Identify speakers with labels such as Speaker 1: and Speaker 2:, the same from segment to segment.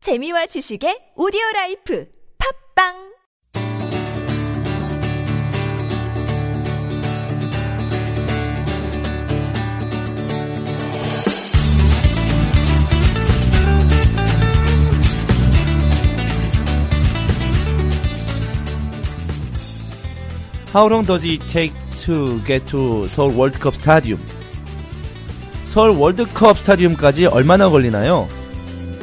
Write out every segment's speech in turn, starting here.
Speaker 1: 재미와 지식의 오디오 라이프 팝빵
Speaker 2: How long does it take to get to 서울 월드컵 스타디움? 서울 월드컵 스타디움까지 얼마나 걸리나요?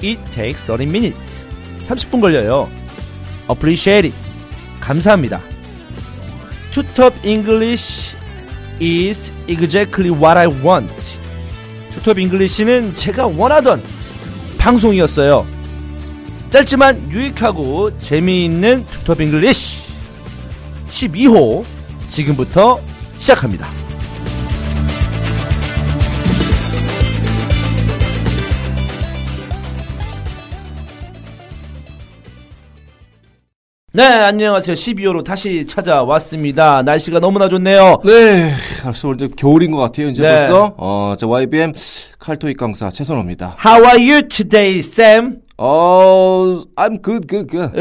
Speaker 2: It takes 30 minutes. 30분 걸려요. Appreciate it. 감사합니다. To top English is exactly what I want. To top English는 제가 원하던 방송이었어요. 짧지만 유익하고 재미있는 투톱 잉글리쉬. 12호 지금부터 시작합니다. 네, 안녕하세요. 12호로 다시 찾아왔습니다. 날씨가 너무나 좋네요.
Speaker 3: 네, 벌써 이제 겨울인 것 같아요. 이제
Speaker 2: 네.
Speaker 3: 벌써 어, 저 YBM 칼토익 강사 최선호입니다.
Speaker 2: How are you today, Sam?
Speaker 3: 어, I'm good, good, good.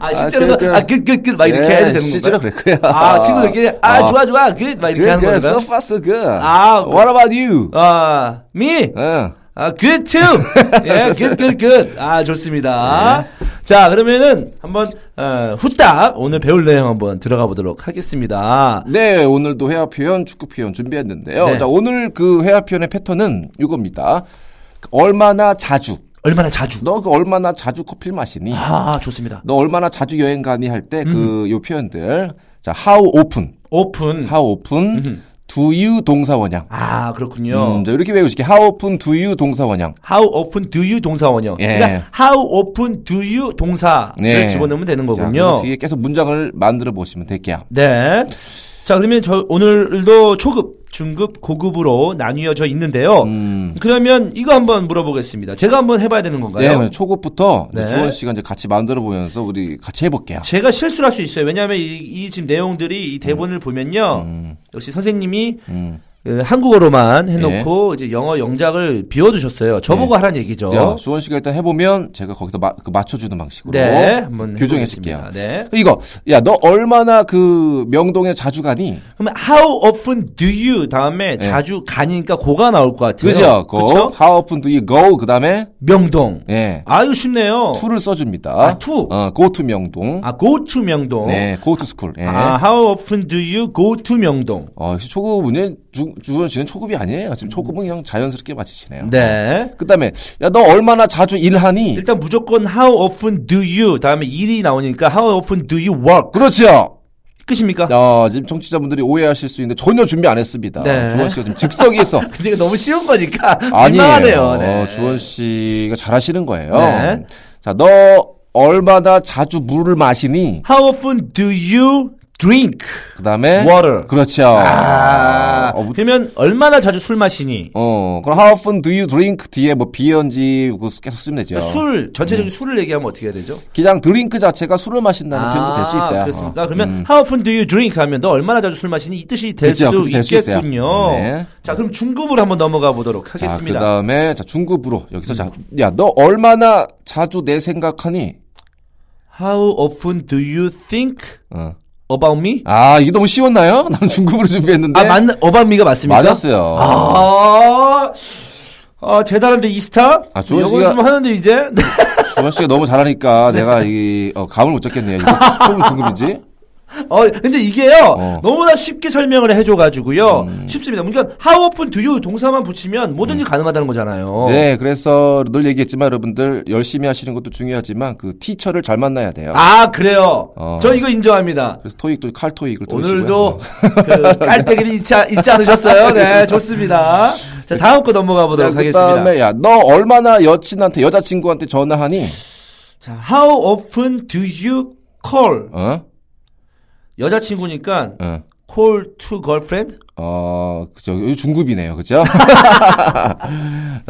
Speaker 2: 아, 실제로는
Speaker 3: 그, 그.
Speaker 2: 아, good, good, good 네, 막 이렇게
Speaker 3: 예,
Speaker 2: 해야 되는 건가요?
Speaker 3: 실제로 그럴 거야.
Speaker 2: 아, 친구들 이렇게 아,
Speaker 3: 어.
Speaker 2: 좋아, 좋아, good 막 이렇게
Speaker 3: good,
Speaker 2: 하는
Speaker 3: good, so
Speaker 2: 건가요?
Speaker 3: far, so good.
Speaker 2: 아,
Speaker 3: What about you?
Speaker 2: 아, me?
Speaker 3: 예.
Speaker 2: 아, good too. 예, good, good, good. 아, 좋습니다.
Speaker 3: 네.
Speaker 2: 자, 그러면은 한번 어, 후딱 오늘 배울 내용 한번 들어가 보도록 하겠습니다.
Speaker 3: 네, 오늘도 회화 표현, 축구 표현 준비했는데요.
Speaker 2: 네.
Speaker 3: 자, 오늘 그 회화 표현의 패턴은 이겁니다. 얼마나 자주?
Speaker 2: 얼마나 자주?
Speaker 3: 너 그 얼마나 자주 커피를 마시니?
Speaker 2: 아, 음. 좋습니다.
Speaker 3: 너 얼마나 자주 여행 가니 할 때 그 요 표현들. 자, how often?
Speaker 2: 오픈.
Speaker 3: how often? do you 동사원형.
Speaker 2: 아, 그렇군요.
Speaker 3: 음, 자, 이렇게 외우시게. How often do you 동사원형?
Speaker 2: How often do you 동사원형.
Speaker 3: 예.
Speaker 2: 그러니까 how often do you 동사를
Speaker 3: 네.
Speaker 2: 집어넣으면 되는
Speaker 3: 자,
Speaker 2: 거군요.
Speaker 3: 그래서 뒤에 계속 문장을 만들어 보시면 될게요.
Speaker 2: 네. 자, 그러면 저 오늘도 초급, 중급, 고급으로 나뉘어져 있는데요.
Speaker 3: 음.
Speaker 2: 그러면 이거 한번 물어보겠습니다. 제가 한번 해봐야 되는 건가요?
Speaker 3: 네, 초급부터
Speaker 2: 네.
Speaker 3: 주원 씨가 이제 같이 만들어 보면서 우리 같이 해볼게요.
Speaker 2: 제가 실수를 할 수 있어요. 왜냐하면 이, 이 지금 내용들이 이 대본을 보면요. 역시 선생님이
Speaker 3: 음. 예.
Speaker 2: 어, 한국어로만 해놓고 이제 영어 영작을 비워두셨어요. 저보고 하란 얘기죠.
Speaker 3: 자, 주원 씨가 일단 해보면 제가 거기서 마- 그 맞춰주는 방식으로
Speaker 2: 그렇죠. 네, 한번
Speaker 3: 교정해
Speaker 2: 해보겠습니다.
Speaker 3: 줄게요.
Speaker 2: 네.
Speaker 3: 이거, 야, 너 얼마나 그 명동에 자주 가니?
Speaker 2: 그러면 how often do you 다음에 자주 가니까 고가 나올 것 같아요.
Speaker 3: 예. 그죠? 고,
Speaker 2: 그쵸?
Speaker 3: how often do you go? 그 다음에,
Speaker 2: 명동.
Speaker 3: 예,
Speaker 2: 아유 쉽네요.
Speaker 3: to를 써줍니다.
Speaker 2: 아, to.
Speaker 3: 어, go to 명동.
Speaker 2: 아 go to 명동.
Speaker 3: 네, go to school. 예.
Speaker 2: 아 how often do you go to 명동?
Speaker 3: 어, 역시 초급은 주, 주원 씨는 초급이 아니에요. 지금 초급은 그냥 자연스럽게 맞히시네요.
Speaker 2: 음. 네.
Speaker 3: 그다음에 야 너 얼마나 자주 일하니?
Speaker 2: 일단 무조건 how often do you 다음에 일이 나오니까 how often do you work
Speaker 3: 그렇지요.
Speaker 2: 끝입니까?
Speaker 3: 어, 지금 청취자분들이 오해하실 수 있는데 전혀 준비 안 했습니다.
Speaker 2: 네.
Speaker 3: 주원 씨가 지금 즉석에서
Speaker 2: 근데 이거 너무 쉬운 거니까 민망하네요.
Speaker 3: 아니에요.
Speaker 2: 네.
Speaker 3: 어, 주원 씨가 잘하시는 거예요.
Speaker 2: 네.
Speaker 3: 자, 너 얼마나 자주 물을 마시니?
Speaker 2: How often do you drink?
Speaker 3: 그다음에
Speaker 2: Water.
Speaker 3: 그렇죠.
Speaker 2: 아,
Speaker 3: 어, 뭐-
Speaker 2: 그러면 얼마나 자주 술 마시니?
Speaker 3: 어, 그럼 how often do you drink 뒤에 뭐 beer인지 그거 계속 쓰면 되죠.
Speaker 2: 그러니까 술
Speaker 3: 음.
Speaker 2: 전체적인 술을 얘기하면 어떻게 해야 되죠?
Speaker 3: 그냥 드링크 자체가 술을 마신다는 표현도 아, 될 수 있어요.
Speaker 2: 아, 그렇습니까?
Speaker 3: 어.
Speaker 2: 그러면
Speaker 3: 음.
Speaker 2: how often do you drink 하면 너 얼마나 자주 술 마시니 이 뜻이 될
Speaker 3: 그렇죠.
Speaker 2: 수도
Speaker 3: 그렇게 될수 있어요.
Speaker 2: 있겠군요.
Speaker 3: 네.
Speaker 2: 자, 그럼 중급으로 한번 넘어가 보도록
Speaker 3: 자, 그
Speaker 2: 하겠습니다. 음.
Speaker 3: 다음에 자 중급으로 여기서 자, 야, 너 얼마나 자주 내 생각하니?
Speaker 2: how often do you think
Speaker 3: 어.
Speaker 2: about me?
Speaker 3: 아, 이게 너무 쉬웠나요? 난 중급으로 준비했는데.
Speaker 2: 아, 맞 about me가 맞습니까?
Speaker 3: 맞았어요.
Speaker 2: 아, 아, 대단한데 이스타?
Speaker 3: 아, 주원
Speaker 2: 영어
Speaker 3: 씨가- 음.
Speaker 2: 좀 하는데 이제 네.
Speaker 3: 주원 씨가 너무 잘하니까 내가 이 어, 감을 못 잡겠네요. 이거 처음 중급인지.
Speaker 2: 어, 근데 이게요,
Speaker 3: 어. 음.
Speaker 2: 너무나 쉽게 설명을 해줘가지고요, 쉽습니다. 그러니까, how often do you 동사만 붙이면 뭐든지 가능하다는 거잖아요.
Speaker 3: 네, 그래서 늘 얘기했지만 여러분들 열심히 하시는 것도 중요하지만 그 티처를 잘 만나야 돼요.
Speaker 2: 아, 그래요.
Speaker 3: 어.
Speaker 2: 저 이거 인정합니다.
Speaker 3: 그래서 토익도 칼토익을
Speaker 2: 오늘도 그
Speaker 3: 네.
Speaker 2: 깔때기를 잊지, 않- 잊지 않으셨어요? 네, 좋습니다. 자, 다음 거 넘어가 보도록
Speaker 3: 그
Speaker 2: 하겠습니다.
Speaker 3: 다음에 야, 너 얼마나 여친한테 여자친구한테 전화하니?
Speaker 2: 자, how often do you call?
Speaker 3: 어?
Speaker 2: 여자친구니까
Speaker 3: 어.
Speaker 2: 콜 투 걸프렌드?
Speaker 3: 어, 그죠. 이거 중급이네요. 그죠?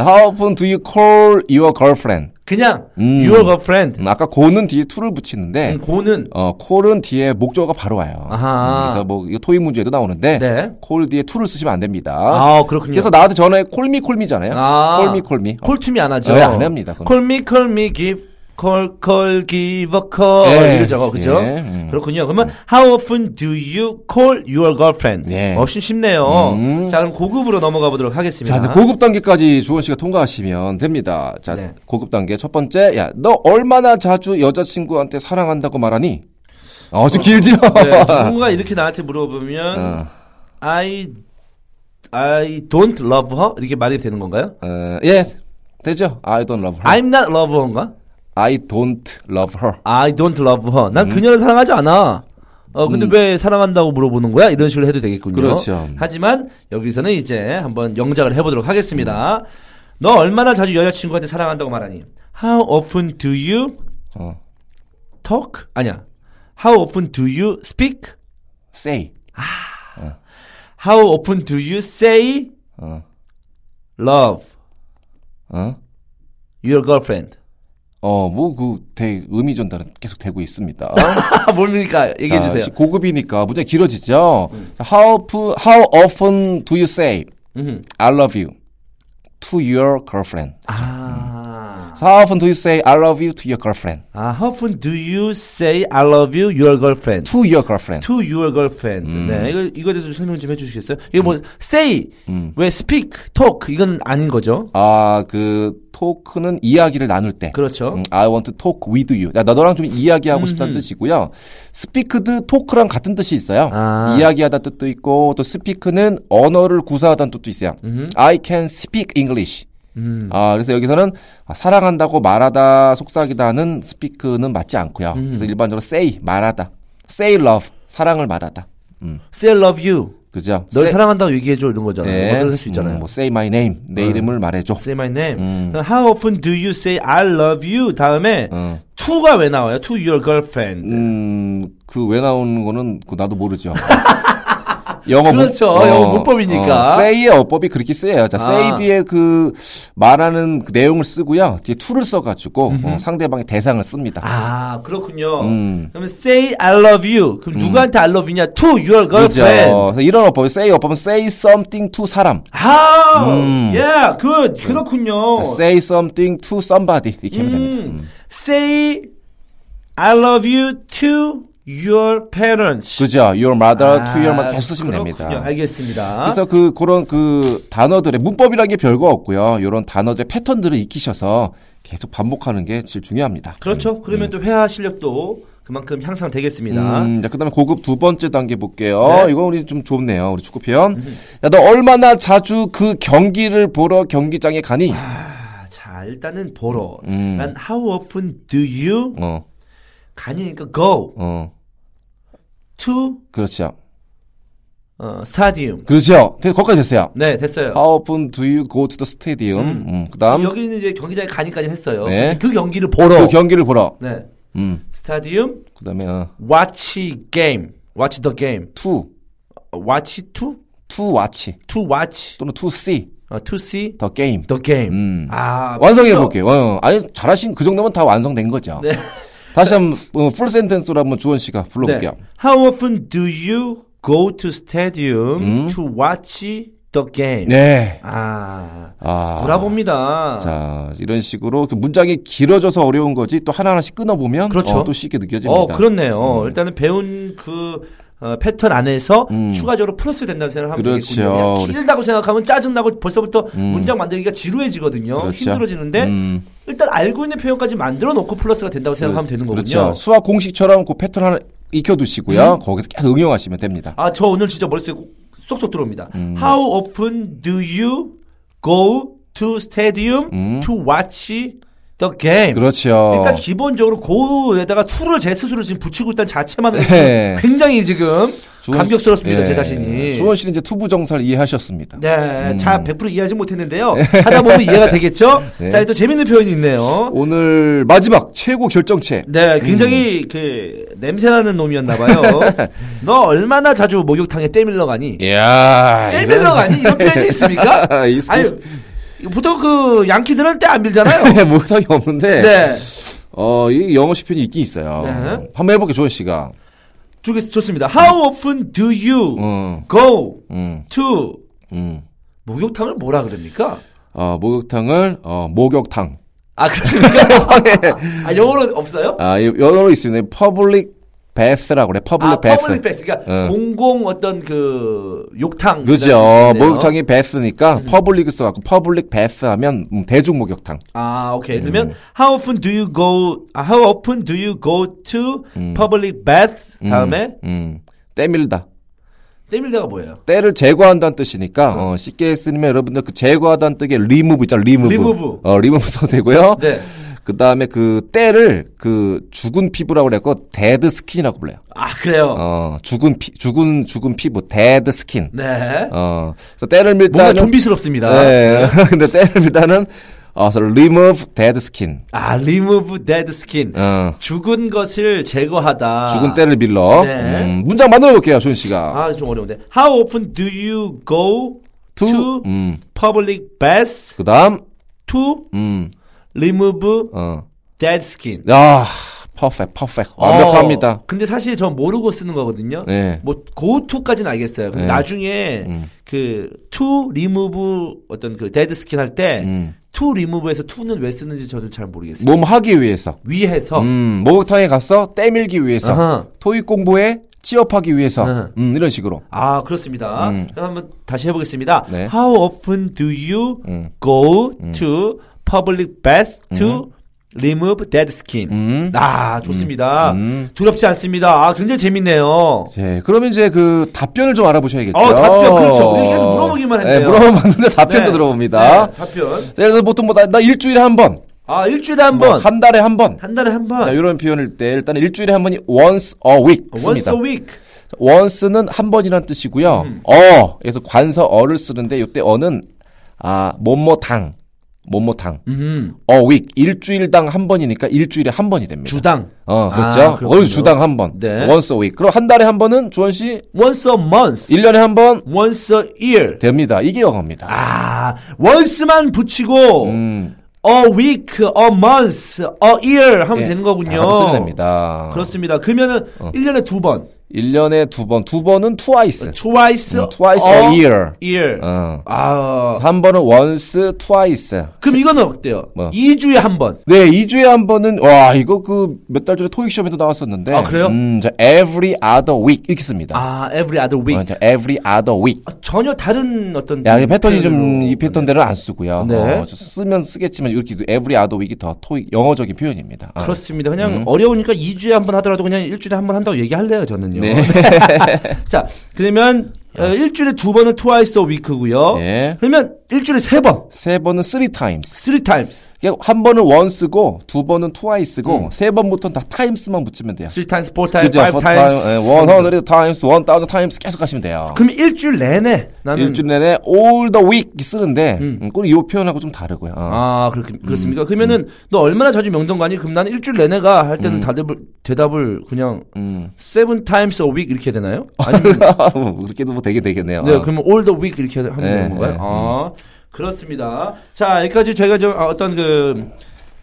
Speaker 3: How often do you call your girlfriend?
Speaker 2: 그냥
Speaker 3: 음.
Speaker 2: your girlfriend.
Speaker 3: 음, 아까 고는 뒤에 to를 붙이는데,
Speaker 2: 음, 고는
Speaker 3: 어, call은 뒤에 목적어가 바로 와요.
Speaker 2: 아하.
Speaker 3: 음, 그래서 뭐, 이거 토익 문제에도 나오는데,
Speaker 2: 네.
Speaker 3: call 뒤에 to를 쓰시면 안 됩니다.
Speaker 2: 아 그렇군요.
Speaker 3: 그래서 나한테 전화해 콜미 콜미잖아요.
Speaker 2: 아.
Speaker 3: 콜미 콜미. 어.
Speaker 2: 콜투미 안 하죠.
Speaker 3: 네, 안 합니다, 그건.
Speaker 2: 콜미 콜미 give call call give a call
Speaker 3: 예.
Speaker 2: 이러죠, 그죠?
Speaker 3: 예, 음.
Speaker 2: 그렇군요. 그러면 how often do you call your girlfriend?
Speaker 3: 예.
Speaker 2: 훨씬 쉽네요.
Speaker 3: 음.
Speaker 2: 자 그럼 고급으로 넘어가 보도록 하겠습니다.
Speaker 3: 자, 이제 고급 단계까지 주원 씨가 통과하시면 됩니다. 자,
Speaker 2: 아. 네.
Speaker 3: 고급 단계 첫 번째. 야, 너 얼마나 자주 여자친구한테 사랑한다고 말하니? 어, 좀 길지요?
Speaker 2: 네, 누군가 이렇게 나한테 물어보면
Speaker 3: 어,
Speaker 2: I I don't love her 이렇게 말이 되는 건가요?
Speaker 3: 어, 예. 되죠? I don't love her. I,
Speaker 2: I'm not love her인가?
Speaker 3: don't love her.
Speaker 2: I don't love her. 난
Speaker 3: 음.
Speaker 2: 그녀를 사랑하지 않아. 어 근데 왜 사랑한다고 물어보는 거야? 이런 식으로 해도 되겠군요.
Speaker 3: 그렇죠.
Speaker 2: 하지만 여기서는 이제 한번 영작을 해보도록 하겠습니다.
Speaker 3: 음.
Speaker 2: 너 얼마나 자주 여자친구한테 사랑한다고 말하니? How often do you
Speaker 3: 어,
Speaker 2: talk? 아니야. How often do you speak?
Speaker 3: say.
Speaker 2: How often do you say
Speaker 3: 어,
Speaker 2: love
Speaker 3: 어,
Speaker 2: your girlfriend?
Speaker 3: 어, 뭐, 그, 되게 의미 전달은 계속 되고 있습니다.
Speaker 2: 뭡니까? 얘기해
Speaker 3: 자,
Speaker 2: 주세요.
Speaker 3: 시- 고급이니까 문제 길어지죠. How often, how often do you say
Speaker 2: 음.
Speaker 3: I love you to your girlfriend?
Speaker 2: 아.
Speaker 3: How often do you say I love you to your girlfriend?
Speaker 2: 아, how often do you say I love you, your girlfriend?
Speaker 3: To your girlfriend.
Speaker 2: To your girlfriend.
Speaker 3: 음.
Speaker 2: 네, 이거 이거에 대해서 설명 좀 해주시겠어요? 이거 뭐 say,
Speaker 3: 음.
Speaker 2: 왜 speak, talk 이건 아닌 거죠?
Speaker 3: 아, 그 토크는 이야기를 나눌 때.
Speaker 2: 그렇죠.
Speaker 3: 음, I want to talk with you. 야, 나 너랑 좀 이야기하고 싶다는 뜻이고요. speak도 토크랑 같은 뜻이 있어요.
Speaker 2: 아.
Speaker 3: 이야기하다 뜻도 있고 또 speak는 언어를 구사하다는 뜻도 있어요. I can speak English.
Speaker 2: 음.
Speaker 3: 아, 그래서 여기서는 아, 사랑한다고 말하다, 속삭이다는 speak는 맞지 않고요.
Speaker 2: 음.
Speaker 3: 그래서 일반적으로 say 말하다, say love 사랑을 말하다. 음,
Speaker 2: Say I love you.
Speaker 3: 그죠?
Speaker 2: 널
Speaker 3: Say-
Speaker 2: 사랑한다고 얘기해줘 이런 거잖아요.
Speaker 3: 네.
Speaker 2: 어떤 할수 있잖아요. 어.
Speaker 3: 음, 뭐 음. say my name 내 이름을 말해줘.
Speaker 2: Say my name. 그럼 How often do you say I love you? 다음에
Speaker 3: 음.
Speaker 2: to가 왜 나와요? To your girlfriend.
Speaker 3: 음, 그 왜 나오는 거는 그 나도 모르죠. 영어
Speaker 2: 그렇죠. 영어 문법이니까.
Speaker 3: 어, say의 어법이 그렇게 쓰여요. 자,
Speaker 2: 아.
Speaker 3: say 뒤에 그 말하는 그 내용을 쓰고요. 뒤에 to를 써가지고 어, 상대방의 대상을 씁니다.
Speaker 2: 아 그렇군요.
Speaker 3: 음.
Speaker 2: 그럼 say I love you. 그럼 누구한테 I love you냐? To your girlfriend.
Speaker 3: 그래서 이런 어법, say 어법은 say something to 사람,
Speaker 2: 아,
Speaker 3: 음.
Speaker 2: yeah, good. 그렇군요.
Speaker 3: say something to somebody 이렇게 하면 됩니다.
Speaker 2: 어. 음. Say I love you to your parents.
Speaker 3: 그죠? Your mother
Speaker 2: 아,
Speaker 3: to your mother 계속 쓰시면 됩니다.
Speaker 2: 그렇군요. 알겠습니다.
Speaker 3: 그래서 그 그런 그 단어들의 문법이라는 게 별거 없고요. 이런 단어들의 패턴들을 익히셔서 계속 반복하는 게 제일 중요합니다.
Speaker 2: 그렇죠. 그러면 또 회화 실력도 그만큼 향상되겠습니다.
Speaker 3: 음, 자, 그다음에 고급 두 번째 단계 볼게요.
Speaker 2: 네. 음.
Speaker 3: 이거 우리 좀 좋네요. 우리 축구 편. 야, 너 얼마나 자주 그 경기를 보러 경기장에 가니?
Speaker 2: 아, 자, 일단은 보러.
Speaker 3: 음.
Speaker 2: 난 how often do you
Speaker 3: 어,
Speaker 2: 가니까 go
Speaker 3: 어,
Speaker 2: to
Speaker 3: 그렇죠.
Speaker 2: 어, stadium.
Speaker 3: 그렇죠. 되- 거기까지 됐어요.
Speaker 2: 네, 됐어요.
Speaker 3: How often do you go to the stadium? 음. 그다음
Speaker 2: 여기는 이제 경기장에 가니까지 했어요.
Speaker 3: 네.
Speaker 2: 그 경기를 보러.
Speaker 3: 그 경기를 보러.
Speaker 2: 네.
Speaker 3: 음,
Speaker 2: 스타디움
Speaker 3: 그다음에 어,
Speaker 2: watch game. watch the game.
Speaker 3: to
Speaker 2: watch to
Speaker 3: to watch
Speaker 2: to watch
Speaker 3: 또는 to see
Speaker 2: 어, to see
Speaker 3: the game.
Speaker 2: the game.
Speaker 3: 음.
Speaker 2: 아,
Speaker 3: 완성해
Speaker 2: 그렇죠?
Speaker 3: 볼게요. 어, 아니 잘하신 그 정도면 다 완성된 거죠.
Speaker 2: 네.
Speaker 3: 다시 한번 어, 풀 센텐스로 한번 주원 씨가 불러볼게요.
Speaker 2: 네. How often do you go to stadium to watch the game?
Speaker 3: 음. 네.
Speaker 2: 아,
Speaker 3: 아,
Speaker 2: 돌아봅니다.
Speaker 3: 자 이런 식으로 이렇게 문장이 길어져서 어려운 거지 또 하나 하나씩 끊어 보면
Speaker 2: 그렇죠.
Speaker 3: 또 쉽게 느껴집니다. 음.
Speaker 2: 어, 그렇네요. 일단은 배운 그 어, 패턴 안에서 추가적으로 플러스 된다고 생각하면
Speaker 3: 음. 그렇죠.
Speaker 2: 되겠군요. 그냥
Speaker 3: 우리- 음.
Speaker 2: 길다고 생각하면 짜증나고 벌써부터 문장 만들기가 지루해지거든요.
Speaker 3: 그렇죠.
Speaker 2: 힘들어지는데
Speaker 3: 음,
Speaker 2: 일단 알고 있는 표현까지 만들어 놓고 플러스가 된다고 생각하면 되는 거군요. 음.
Speaker 3: 그렇죠. 수학 공식처럼 그 패턴 하나 익혀 두시고요. 거기서 계속 응용하시면 됩니다.
Speaker 2: 아, 저 오늘 진짜 머릿속에 꼭- 쏙쏙 들어옵니다.
Speaker 3: 음.
Speaker 2: How often do you go to stadium to watch the game.
Speaker 3: 음. 그렇죠.
Speaker 2: 일단 기본적으로 고에다가 투를 제 스스로 지금 붙이고 있다는 자체만으로
Speaker 3: 네.
Speaker 2: 굉장히 지금
Speaker 3: 주원-
Speaker 2: 감격스럽습니다
Speaker 3: 예.
Speaker 2: 제 자신이.
Speaker 3: 주원 씨는 음. 이제 투부 정설 이해하셨습니다.
Speaker 2: 네, 자 100% 이해하지 못했는데요.
Speaker 3: 네.
Speaker 2: 하다 보면 이해가 되겠죠. 자, 또 재밌는 표현이 있네요.
Speaker 3: 오늘 마지막 최고 결정체.
Speaker 2: 네,
Speaker 3: 음.
Speaker 2: 굉장히 그 냄새나는 놈이었나봐요. 너 얼마나 자주 목욕탕에 때밀러 가니?
Speaker 3: 아, 이야.
Speaker 2: 때밀러 가니? 이런 표현이 있습니까?
Speaker 3: 있어.
Speaker 2: 아니, 보통 그 양키들은 때 안 밀잖아요.
Speaker 3: 네, 모성이 없는데.
Speaker 2: 네,
Speaker 3: 어, 이 영어 시편이 있긴 있어요.
Speaker 2: 네.
Speaker 3: 한번 해볼게, 주원 씨가.
Speaker 2: 좋, 좋습니다. How often do you
Speaker 3: 음,
Speaker 2: go
Speaker 3: 음,
Speaker 2: to
Speaker 3: 음.
Speaker 2: 목욕탕을 뭐라 그럽니까?
Speaker 3: 어, 목욕탕을, 어, 목욕탕.
Speaker 2: 아 그렇습니까? 아 영어로 없어요?
Speaker 3: 아, 이- 여러 있습니다. 퍼블릭 베스라고 그래.
Speaker 2: 아
Speaker 3: 퍼블릭 베스.
Speaker 2: 퍼블릭 베스 그러니까
Speaker 3: 응.
Speaker 2: 공공 어떤 그 욕탕
Speaker 3: 그죠.
Speaker 2: 이런 뜻이네요. 음.
Speaker 3: 목욕탕이 베스니까 퍼블릭을 써갖고 퍼블릭 베스 하면 음, 대중 목욕탕.
Speaker 2: 아 오케이 그러면 how often do you go 아, how often do you go to public bath 다음에
Speaker 3: 음, 때밀다.
Speaker 2: 때밀대가 뭐예요?
Speaker 3: 때를 제거한다는
Speaker 2: 음.
Speaker 3: 뜻이니까 어, 쉽게 쓰면 여러분들 그 제거하다는 뜻의 리무브 있잖아 리무브.
Speaker 2: 리무브.
Speaker 3: 어 리무브 써도 되고요.
Speaker 2: 네.
Speaker 3: 그 다음에 그 때를 그 죽은 피부라고 그래갖고 데드 스킨이라고 불러요.
Speaker 2: 아 그래요.
Speaker 3: 어 죽은 피 죽은 죽은 피부 데드 스킨.
Speaker 2: 네.
Speaker 3: 어 그래서 때를 밀다.
Speaker 2: 뭔가 좀비스럽습니다.
Speaker 3: 네. 근데 때를 밀다는 어 so remove dead skin.
Speaker 2: 아 remove dead skin
Speaker 3: 어.
Speaker 2: 죽은 것을 제거하다.
Speaker 3: 죽은 때를 빌러.
Speaker 2: 네.
Speaker 3: 음, 문장 만들어 볼게요, 준 씨가.
Speaker 2: 아 좀 어려운데 how often do you go
Speaker 3: to,
Speaker 2: to
Speaker 3: 음,
Speaker 2: public bath
Speaker 3: 그다음,
Speaker 2: to
Speaker 3: 음,
Speaker 2: remove
Speaker 3: 어,
Speaker 2: dead skin.
Speaker 3: 야, 퍼펙트, 퍼펙트, 완벽합니다.
Speaker 2: 어, 근데 사실 전 모르고 쓰는 거거든요.
Speaker 3: 네.
Speaker 2: 뭐 go to까지는 알겠어요. 근데
Speaker 3: 네.
Speaker 2: 나중에 그 to remove 어떤 그 dead skin 할 때
Speaker 3: 음.
Speaker 2: to remove에서 to는 왜 쓰는지 저는 잘 모르겠어요.
Speaker 3: 몸 하기 위해서,
Speaker 2: 위해서
Speaker 3: 음, 목욕탕에 가서 때밀기 위해서,
Speaker 2: 아하.
Speaker 3: 토익 공부에 취업하기 위해서,
Speaker 2: 네.
Speaker 3: 음, 이런 식으로.
Speaker 2: 아 그렇습니다.
Speaker 3: 음.
Speaker 2: 그럼 한번 다시 해보겠습니다.
Speaker 3: 네.
Speaker 2: How often do you
Speaker 3: 음.
Speaker 2: go to public bath to remove dead skin?
Speaker 3: 음.
Speaker 2: 아 좋습니다.
Speaker 3: 음.
Speaker 2: 두렵지 않습니다. 아 굉장히 재밌네요.
Speaker 3: 네, 그러면 이제 그 답변을 좀 알아보셔야겠죠.
Speaker 2: 어, 답변, 그렇죠. 우리가 계속 물어보기만
Speaker 3: 네,
Speaker 2: 했네요.
Speaker 3: 물어봤는데 답변도
Speaker 2: 네.
Speaker 3: 들어옵니다.
Speaker 2: 네, 답변.
Speaker 3: 네, 그래서 보통 뭐, 나, 나 일주일에 한 번,
Speaker 2: 아 일주일에 한
Speaker 3: 뭐
Speaker 2: 번,
Speaker 3: 한 네, 달에 한 번,
Speaker 2: 한 달에 한
Speaker 3: 자,
Speaker 2: 번.
Speaker 3: 이런 표현일 때 일단 일주일에 한 번이 once a week
Speaker 2: 어, Once
Speaker 3: 씁니다.
Speaker 2: a 음. week.
Speaker 3: once는 한 번이란 뜻이고요. 어, 그래서 관서 어를 쓰는데 이때 어는 아, 뭐뭐 당, 뭐뭐 당.
Speaker 2: 음,
Speaker 3: a week 일주일당 한 번이니까 일주일에 한 번이 됩니다.
Speaker 2: 주당.
Speaker 3: 어,
Speaker 2: 아,
Speaker 3: 그렇죠.
Speaker 2: 그렇군요.
Speaker 3: 월 주당 한 번.
Speaker 2: 네.
Speaker 3: once a week. 그럼 한 달에 한 번은 주원 씨
Speaker 2: Once a month.
Speaker 3: 1년에 한 번
Speaker 2: Once a year.
Speaker 3: 됩니다. 이게 영어입니다.
Speaker 2: 아 once만 붙이고
Speaker 3: 음.
Speaker 2: a week, a month, a year 하면
Speaker 3: 예,
Speaker 2: 되는 거군요.
Speaker 3: 다 어. 쓰면 됩니다.
Speaker 2: 그렇습니다. 그러면은 일년에두 번.
Speaker 3: 1년에 두 번, 두 번은 twice.
Speaker 2: 어, twice,
Speaker 3: 음, twice a year.
Speaker 2: year.
Speaker 3: 어.
Speaker 2: 아.
Speaker 3: 한 번은 once, twice.
Speaker 2: 그럼 이거는 어때요?
Speaker 3: 뭐?
Speaker 2: 이주에한 번.
Speaker 3: 네, 2주에 한 번은 와, 이거 그 몇 달 전에 토익 시험에도 나왔었는데.
Speaker 2: 아, 그래요?
Speaker 3: 음, 저 every other week 이렇게 씁니다.
Speaker 2: 아, every other
Speaker 3: 어,
Speaker 2: week.
Speaker 3: 저 every other week.
Speaker 2: 아, 전혀 다른 어떤
Speaker 3: 야, 이 패턴이 좀
Speaker 2: 표현으로.
Speaker 3: 이 패턴대로 안 쓰고요.
Speaker 2: 네.
Speaker 3: 어, 저 쓰면 쓰겠지만 이렇게 every other week이 더 토익 영어적인 표현입니다. 아.
Speaker 2: 그렇습니다. 그냥 어려우니까 2주에 한 번 하더라도 그냥 일주일에 한 번 한다고 얘기할래요, 저는요.
Speaker 3: 네.
Speaker 2: 자, 그러면 어, 일주일에 두 번은 twice a week고요.
Speaker 3: 네.
Speaker 2: 그러면 일주일에 세 번,
Speaker 3: 세 번은 three times.
Speaker 2: three times.
Speaker 3: 그러니까 한 번은 once고 두 번은 twice고 세 번부터는 다 times만 붙이면 돼요.
Speaker 2: three times, four times, 음. 네, five
Speaker 3: for
Speaker 2: times. 음.
Speaker 3: time, 예, 100 times, 1000 times 계속 하시면 돼요.
Speaker 2: 그럼 음. 일주일 내내 나는
Speaker 3: 일주일 내내 all the week 쓰는데 음. 꼭 이 표현하고 좀 다르고요. 어.
Speaker 2: 아, 그렇게, 그렇습니까? 그러면은, 너 얼마나 자주 명동 가니? 그럼 나는 일주일 내내가 할
Speaker 3: 음.
Speaker 2: 때는 다들 대답을 그냥, seven times a week 이렇게 해야 되나요? 아니면,
Speaker 3: 뭐 그렇게도 뭐 되게 되겠네요.
Speaker 2: 네,
Speaker 3: 어.
Speaker 2: 그러면 all the week 이렇게 하면
Speaker 3: 네,
Speaker 2: 되는 건가요?
Speaker 3: 네.
Speaker 2: 아, 그렇습니다. 자, 여기까지 저희가 좀 어, 어떤 그,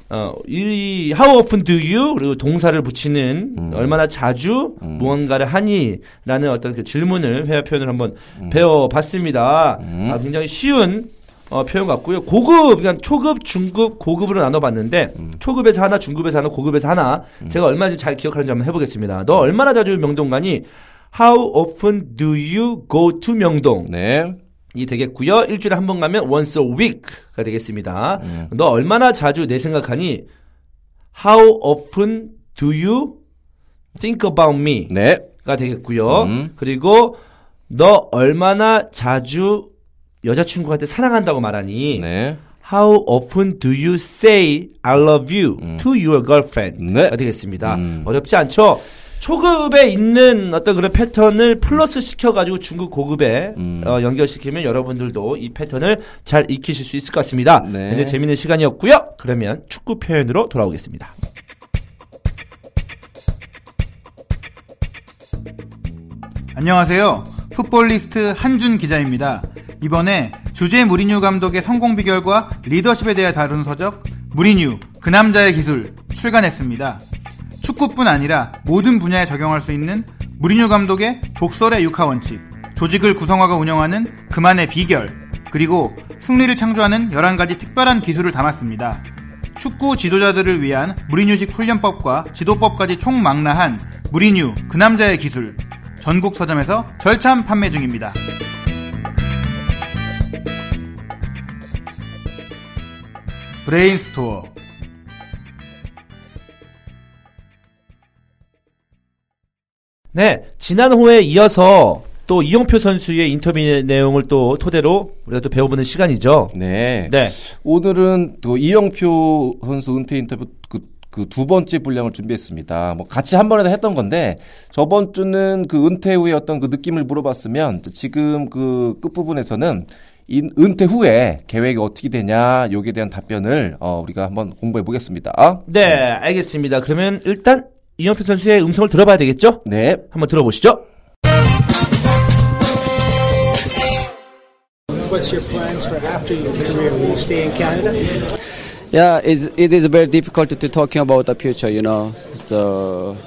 Speaker 2: 어, 이, how often do you? 그리고 동사를 붙이는 얼마나 자주 무언가를 하니? 라는 어떤 그 질문을, 회화 표현을 한번 배워봤습니다. 아, 굉장히 쉬운 어, 표현 같고요. 고급, 그러니까 초급, 중급, 고급으로 나눠봤는데, 초급에서 하나, 중급에서 하나, 고급에서 하나. 제가 얼마나 잘 기억하는지 한번 해보겠습니다. 너 얼마나 자주 명동 가니? How often do you go to 명동?
Speaker 3: 네.
Speaker 2: 이 되겠고요. 일주일에 한 번 가면 once a week가 되겠습니다. 너 얼마나 자주 내 생각하니? How often do you think about me?
Speaker 3: 네.
Speaker 2: 가 되겠고요. 그리고 너 얼마나 자주 여자친구한테 사랑한다고 말하니?
Speaker 3: 네.
Speaker 2: How often do you say I love you to your girlfriend?
Speaker 3: 음. 네.
Speaker 2: 가 되겠습니다. 어렵지 않죠? 초급에 있는 어떤 그런 패턴을 플러스 시켜가지고 중국 고급에
Speaker 3: 음.
Speaker 2: 어, 연결시키면 여러분들도 이 패턴을 잘 익히실 수 있을 것 같습니다.
Speaker 3: 네.
Speaker 2: 굉장히 재밌는 시간이었고요. 그러면 축구 표현으로 돌아오겠습니다.
Speaker 4: 안녕하세요. 풋볼리스트 한준 기자입니다. 이번에 주제 무리뉴 감독의 성공 비결과 리더십에 대해 다룬 서적 무리뉴 그 남자의 기술 출간했습니다. 축구뿐 아니라 모든 분야에 적용할 수 있는 무리뉴 감독의 독설의 육하 원칙, 조직을 구성화가 운영하는 그만의 비결, 그리고 승리를 창조하는 11가지 특별한 기술을 담았습니다. 축구 지도자들을 위한 무리뉴식 훈련법과 지도법까지 총망라한 무리뉴 그 남자의 기술 전국 서점에서 절찬 판매 중입니다. 브레인스토어
Speaker 2: 네, 지난 호에 이어서 또 이영표 선수의 인터뷰 내용을 또 토대로 우리가 또 배워보는 시간이죠.
Speaker 3: 네.
Speaker 2: 네,
Speaker 3: 오늘은 또 이영표 선수 은퇴 인터뷰 그, 그 두 번째 분량을 준비했습니다. 뭐 같이 한 번에 다 했던 건데 저번 주는 그 은퇴 후에 어떤 그 느낌을 물어봤으면 또 지금 그 끝부분에서는 인- 은퇴 후에 계획이 어떻게 되냐 여기에 대한 답변을 어, 우리가 한번 공부해 보겠습니다.
Speaker 2: 네, 알겠습니다. 그러면 일단 이영표 선수의 음성을 들어봐야 되겠죠?
Speaker 3: 네.
Speaker 2: 한번 들어보시죠.
Speaker 5: What's your plans for after your career? Will you stay in Canada?
Speaker 6: Yeah, it's, it is very difficult to, to talking about the future, you know. So,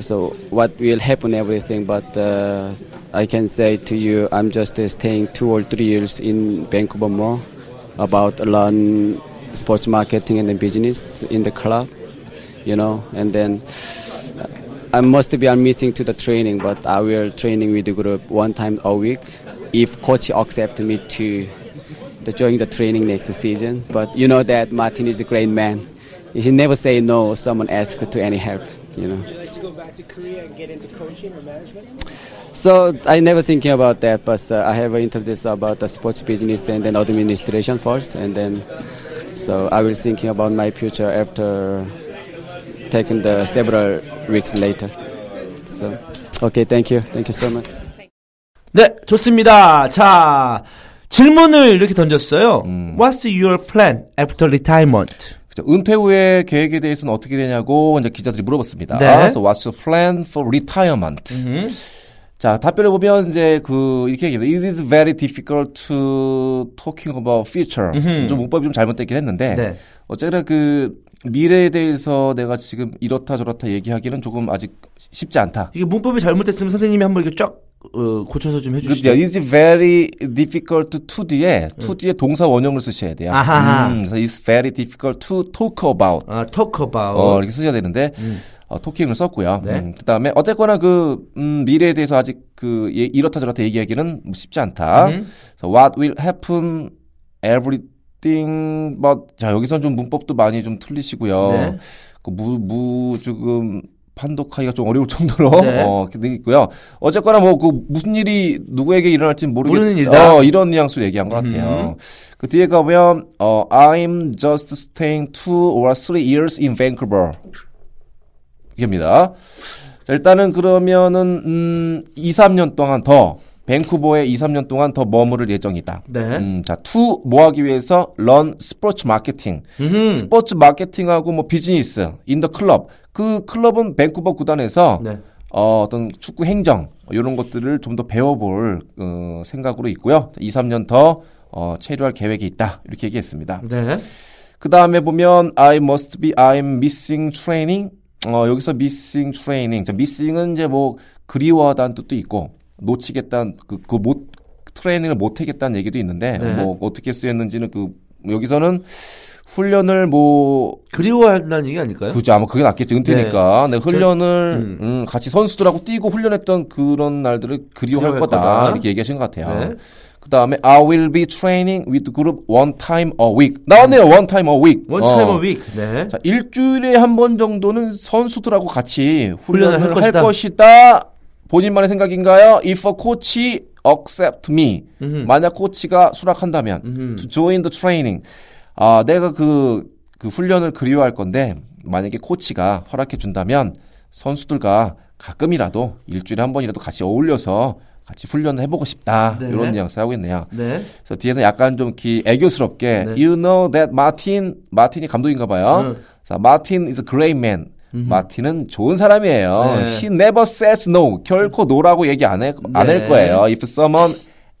Speaker 6: so what will happen, everything. But uh, I can say to you, I'm just uh, staying two or three years in Vancouver more about learn sports marketing and then business in the club, you know. And then I must be I'm missing to the training, but I will training with the group one time a week if coach accept me to the, join the training next season. But you know that Martin is a great man. He never say no. Someone ask to any help. You know.
Speaker 5: Would you like to go back to Korea and get into coaching or management?
Speaker 6: So I never thinking about that, but uh, I have introduced about the sports business and then administration first, and then so I will thinking about my future after taking the several weeks later. So okay, thank you, thank you so much.
Speaker 2: 네, 좋습니다. 자, 질문을 이렇게 던졌어요.
Speaker 3: 음.
Speaker 2: What's your plan after retirement?
Speaker 3: 그죠. 그렇죠. 은퇴 후에 계획에 대해서는 어떻게 되냐고 이제 기자들이 물어봤습니다.
Speaker 2: 네.
Speaker 3: 그래서 what's your plan for retirement?
Speaker 2: 음,
Speaker 3: 자, 답변을 보면 이제 그 이렇게 얘기합니다. It is very difficult to talking about future.
Speaker 2: 음흠.
Speaker 3: 좀 문법이 좀 잘못됐긴 했는데
Speaker 2: 네.
Speaker 3: 어쨌거나 그 미래에 대해서 내가 지금 이렇다 저렇다 얘기하기는 조금 아직 쉽지 않다.
Speaker 2: 이게 문법이 잘못됐으면 선생님이 한번 이렇게 쫙 어, 고쳐서 좀
Speaker 3: 그
Speaker 2: 해주시죠.
Speaker 3: it is very difficult to 뒤에 to 뒤에 동사 원형을 쓰셔야 돼요.
Speaker 2: 음.
Speaker 3: 음,
Speaker 2: 아하하.
Speaker 3: 그래서 it's very difficult to talk about
Speaker 2: 아, talk about.
Speaker 3: 어, 이렇게 쓰셔야 되는데 어, 토킹을 썼고요.
Speaker 2: 음. 네.
Speaker 3: 음, 그다음에 어쨌거나 그 음, 미래에 대해서 아직 그 예- 이렇다 저렇다 얘기하기는 뭐 쉽지 않다. 그래서 what will happen everything but 자 여기선 좀 문법도 많이 좀 틀리시고요.
Speaker 2: 네.
Speaker 3: 그무무 지금 판독하기가 좀 어려울 정도로
Speaker 2: 네.
Speaker 3: 어, 이렇게 돼 있고요. 어쨌거나 뭐 그 무슨 일이 누구에게 일어날지 모르겠
Speaker 2: 모르는 일이다. 음.
Speaker 3: 어, 이런 뉘앙스로 얘기한 것 같아요. 그 뒤에 가면 어, I'm just staying two or three years in Vancouver. 입니다. 자, 일단은 그러면은 음, 2, 3년 동안 더 밴쿠버에 2, 3년 동안 더 머무를 예정이다.
Speaker 2: 네.
Speaker 3: 음, 자, 투 모하기 위해서 런 스포츠 마케팅. 스포츠 마케팅하고 뭐 비즈니스, 인더 클럽. 그 클럽은 밴쿠버 구단에서
Speaker 2: 네.
Speaker 3: 어, 어떤 축구 행정 뭐 이런 것들을 좀 더 배워볼 어, 생각으로 있고요. 2, 3년 더 어, 체류할 계획이 있다. 이렇게 얘기했습니다.
Speaker 2: 네.
Speaker 3: 그 다음에 보면 I must be I'm missing training. 어 여기서 missing training. 저 missing은 이제 뭐 그리워하다는 뜻도 있고 놓치겠다는 그그못 트레이닝을 못 하겠다는 얘기도 있는데
Speaker 2: 네.
Speaker 3: 뭐 어떻게 쓰였는지는 그 여기서는 훈련을 뭐
Speaker 2: 그리워한다는 얘기 아닐까요?
Speaker 3: 그죠 아마 그게 낫겠지 은퇴니까 네, 훈련을
Speaker 2: 음.
Speaker 3: 음, 같이 선수들하고 뛰고 훈련했던 그런 날들을 그리워할
Speaker 2: 그리워할
Speaker 3: 거다,
Speaker 2: 거다.
Speaker 3: 이렇게 얘기하신 것 같아요.
Speaker 2: 네.
Speaker 3: 그 다음에 I will be training with group one time a week 나왔네요 one time a week
Speaker 2: One time
Speaker 3: 어.
Speaker 2: a week. 네.
Speaker 3: 자, 일주일에 한 번 정도는 선수들하고 같이
Speaker 2: 훈련을
Speaker 3: 훈련을,
Speaker 2: 할
Speaker 3: 할
Speaker 2: 것이다.
Speaker 3: 것이다. 본인만의 생각인가요? If a coach accept me. 만약 코치가 수락한다면 to join the training. 아, 내가 그, 그 훈련을 그리워할 건데 만약에 코치가 허락해 준다면 선수들과 가끔이라도 일주일에 한 번이라도 같이 어울려서 같이 훈련을 해보고 싶다
Speaker 2: 네.
Speaker 3: 이런 뉘앙스 하고 있네요.
Speaker 2: 네.
Speaker 3: 그래서 뒤에는 약간 좀 기, 애교스럽게
Speaker 2: 네.
Speaker 3: You know that Martin 마틴이 감독인가 봐요.
Speaker 2: 음.
Speaker 3: 자, Martin is a great man. 마틴은 좋은 사람이에요.
Speaker 2: 네.
Speaker 3: He never says no. 결코 no라고 얘기 안 할
Speaker 2: 네. 음.
Speaker 3: 거예요. If someone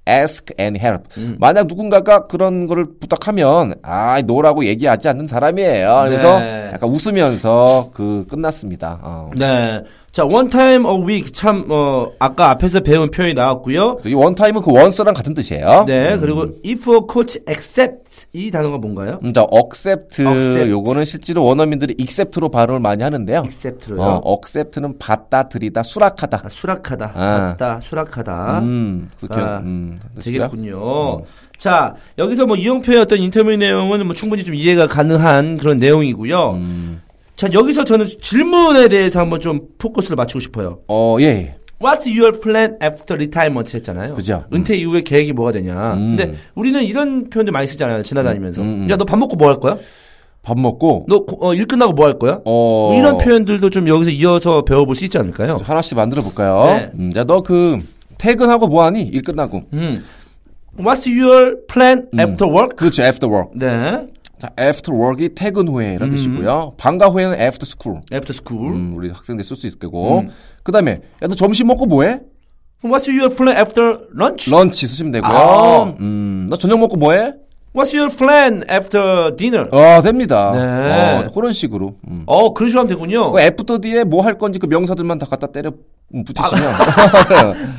Speaker 3: ask and help. 만약 누군가가 그런 거를 부탁하면 아, no라고 얘기하지 않는 사람이에요. 그래서
Speaker 2: 네.
Speaker 3: 약간 웃으면서 그 끝났습니다. 어.
Speaker 2: 네. 자, one time a week 참 어, 아까 앞에서 배운 표현이 나왔고요.
Speaker 3: 이 원타임은 그 원스랑 같은 뜻이에요.
Speaker 2: 네. 그리고 if a coach accepts 이 단어가 뭔가요?
Speaker 3: 음, 자, accept,
Speaker 2: accept.
Speaker 3: 요거는 실제로 원어민들이 accept로 발음을 많이 하는데요.
Speaker 2: accept로요.
Speaker 3: 어, accept는 받다, 들이다, 수락하다.
Speaker 2: 아, 수락하다.
Speaker 3: 아.
Speaker 2: 맞다. 수락하다.
Speaker 3: 음, 그렇게
Speaker 2: 아,
Speaker 3: 음, 뜻이고요.
Speaker 2: 되겠군요. 자, 여기서 뭐 이영표의 어떤 인터뷰 내용은 뭐 충분히 좀 이해가 가능한 그런 내용이고요.
Speaker 3: 음.
Speaker 2: 자, 여기서 저는 질문에 대해서 한번 좀 포커스를 맞추고 싶어요.
Speaker 3: 어, 예, 예.
Speaker 2: What's your plan after retirement 했잖아요.
Speaker 3: 그죠.
Speaker 2: 은퇴 이후의 계획이 뭐가 되냐.
Speaker 3: 음.
Speaker 2: 근데 우리는 이런 표현도 많이 쓰잖아요. 지나다니면서.
Speaker 3: 음, 음.
Speaker 2: 야, 너 밥 먹고 뭐 할 거야?
Speaker 3: 밥 먹고
Speaker 2: 너 고- 어, 일 끝나고 뭐 할 거야?
Speaker 3: 어,
Speaker 2: 이런 표현들도 좀 여기서 이어서 배워볼 수 있지 않을까요?
Speaker 3: 하나씩 만들어 볼까요?
Speaker 2: 네.
Speaker 3: 음, 야, 너 그 퇴근하고 뭐 하니? 일 끝나고.
Speaker 2: 음. What's your plan after work?
Speaker 3: 그렇죠. after work.
Speaker 2: 네.
Speaker 3: 자, after work이 퇴근
Speaker 2: 음.
Speaker 3: 후에라는 뜻이고요. 방과 후에는 after school.
Speaker 2: After school.
Speaker 3: 음, 우리 학생들 쓸 수 있을 거고. 그다음에 야, 너 점심 먹고 뭐 해?
Speaker 2: What's your plan after lunch?
Speaker 3: 런치 쓰시면 되고요.
Speaker 2: 아.
Speaker 3: 음, 너 저녁 먹고 뭐 해?
Speaker 2: What's your plan after dinner? 어,
Speaker 3: 어, 됩니다.
Speaker 2: 네.
Speaker 3: 어, 그런 식으로. 음.
Speaker 2: 그런 식으로 하면 되군요.
Speaker 3: 그 애프터 뒤에 뭐 할 건지 그 명사들만 다 갖다 때려 붙이시면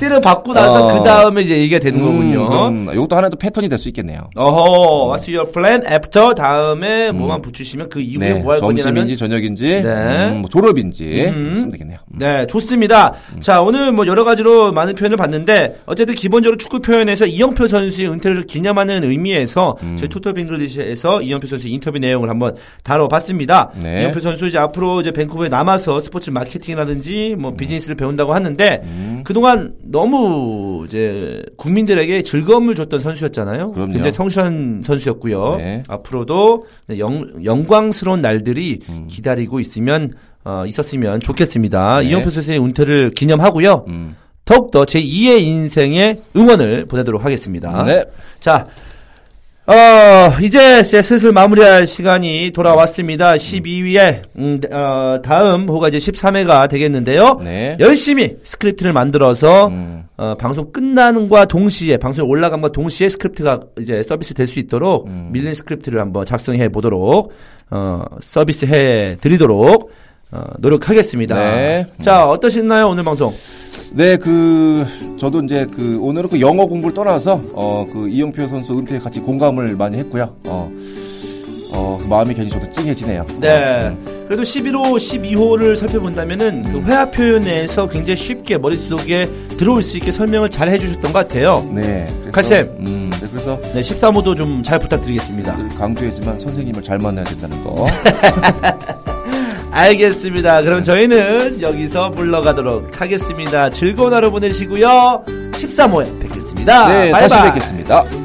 Speaker 2: 때를 받고 나서
Speaker 3: 어.
Speaker 2: 아, 그 다음에 이제 얘기가 되는
Speaker 3: 음,
Speaker 2: 거군요.
Speaker 3: 그럼 이것도 하나의 또 패턴이 될 수 있겠네요.
Speaker 2: 어허, what's your plan after 다음에 뭐만 붙이시면 그 이후에 뭐 할 거냐면
Speaker 3: 네, 점심인지 저녁인지
Speaker 2: 네.
Speaker 3: 음, 뭐 졸업인지 쓰면 되겠네요. 음.
Speaker 2: 네, 좋습니다. 자, 오늘 뭐 여러 가지로 많은 표현을 봤는데 어쨌든 기본적으로 축구 표현에서 이영표 선수의 은퇴를 기념하는 의미에서
Speaker 3: 음.
Speaker 2: 저희 투톱 잉글리시에서 이영표 선수 인터뷰 내용을 한번 다뤄봤습니다.
Speaker 3: 네.
Speaker 2: 이영표 선수 이제 앞으로 이제 밴쿠버에 남아서 스포츠 마케팅이라든지
Speaker 3: 음.
Speaker 2: 뭐 비즈니스를 배운다고 하는데 그동안 너무 이제 국민들에게 즐거움을 줬던 선수였잖아요.
Speaker 3: 그럼요.
Speaker 2: 굉장히 성실한 선수였고요.
Speaker 3: 네.
Speaker 2: 앞으로도 네, 영, 영광스러운 날들이 기다리고 있으면 어, 있었으면 좋겠습니다.
Speaker 3: 음. 네. 음.
Speaker 2: 이영표 선수의 은퇴를 기념하고요. 더욱더 제 2의 인생의 응원을 보내도록 하겠습니다.
Speaker 3: 네.
Speaker 2: 자, 어, 이제 이제 슬슬 마무리할 시간이
Speaker 3: 음.
Speaker 2: 돌아왔습니다. 12위에 음, 어, 다음 호가 이제 13회가 되겠는데요.
Speaker 3: 네. 음.
Speaker 2: 열심히 스크립트를 만들어서 어, 방송 끝나는과 동시에 방송에 올라감과 동시에 스크립트가 이제 서비스 될 수 있도록
Speaker 3: 음.
Speaker 2: 밀린 스크립트를 한번 작성해 보도록 어, 서비스 해 드리도록 어, 노력하겠습니다.
Speaker 3: 네.
Speaker 2: 자 어떠셨나요 오늘 방송?
Speaker 3: 네, 그 저도 이제 그 오늘은 그 영어 공부를 떠나서 어, 그 이영표 선수 은퇴에 같이 공감을 많이 했고요. 어, 어, 그 마음이 괜히 저도 찡해지네요.
Speaker 2: 네. 그래도 11호, 12호를 살펴본다면은 그 회화 표현에서 굉장히 쉽게 머릿속에 들어올 수 있게 설명을 잘 해주셨던 것 같아요.
Speaker 3: 네. 그래서,
Speaker 2: 칼쌤.
Speaker 3: 음, 네, 그래서
Speaker 2: 네, 13호도 좀 잘 부탁드리겠습니다.
Speaker 3: 늘 강조했지만 선생님을 잘 만나야 된다는 거.
Speaker 2: 알겠습니다. 그럼 저희는 여기서 물러가도록 하겠습니다. 즐거운 하루 보내시고요. 13호에 뵙겠습니다.
Speaker 3: 네, 다시
Speaker 2: 바이바이.
Speaker 3: 뵙겠습니다.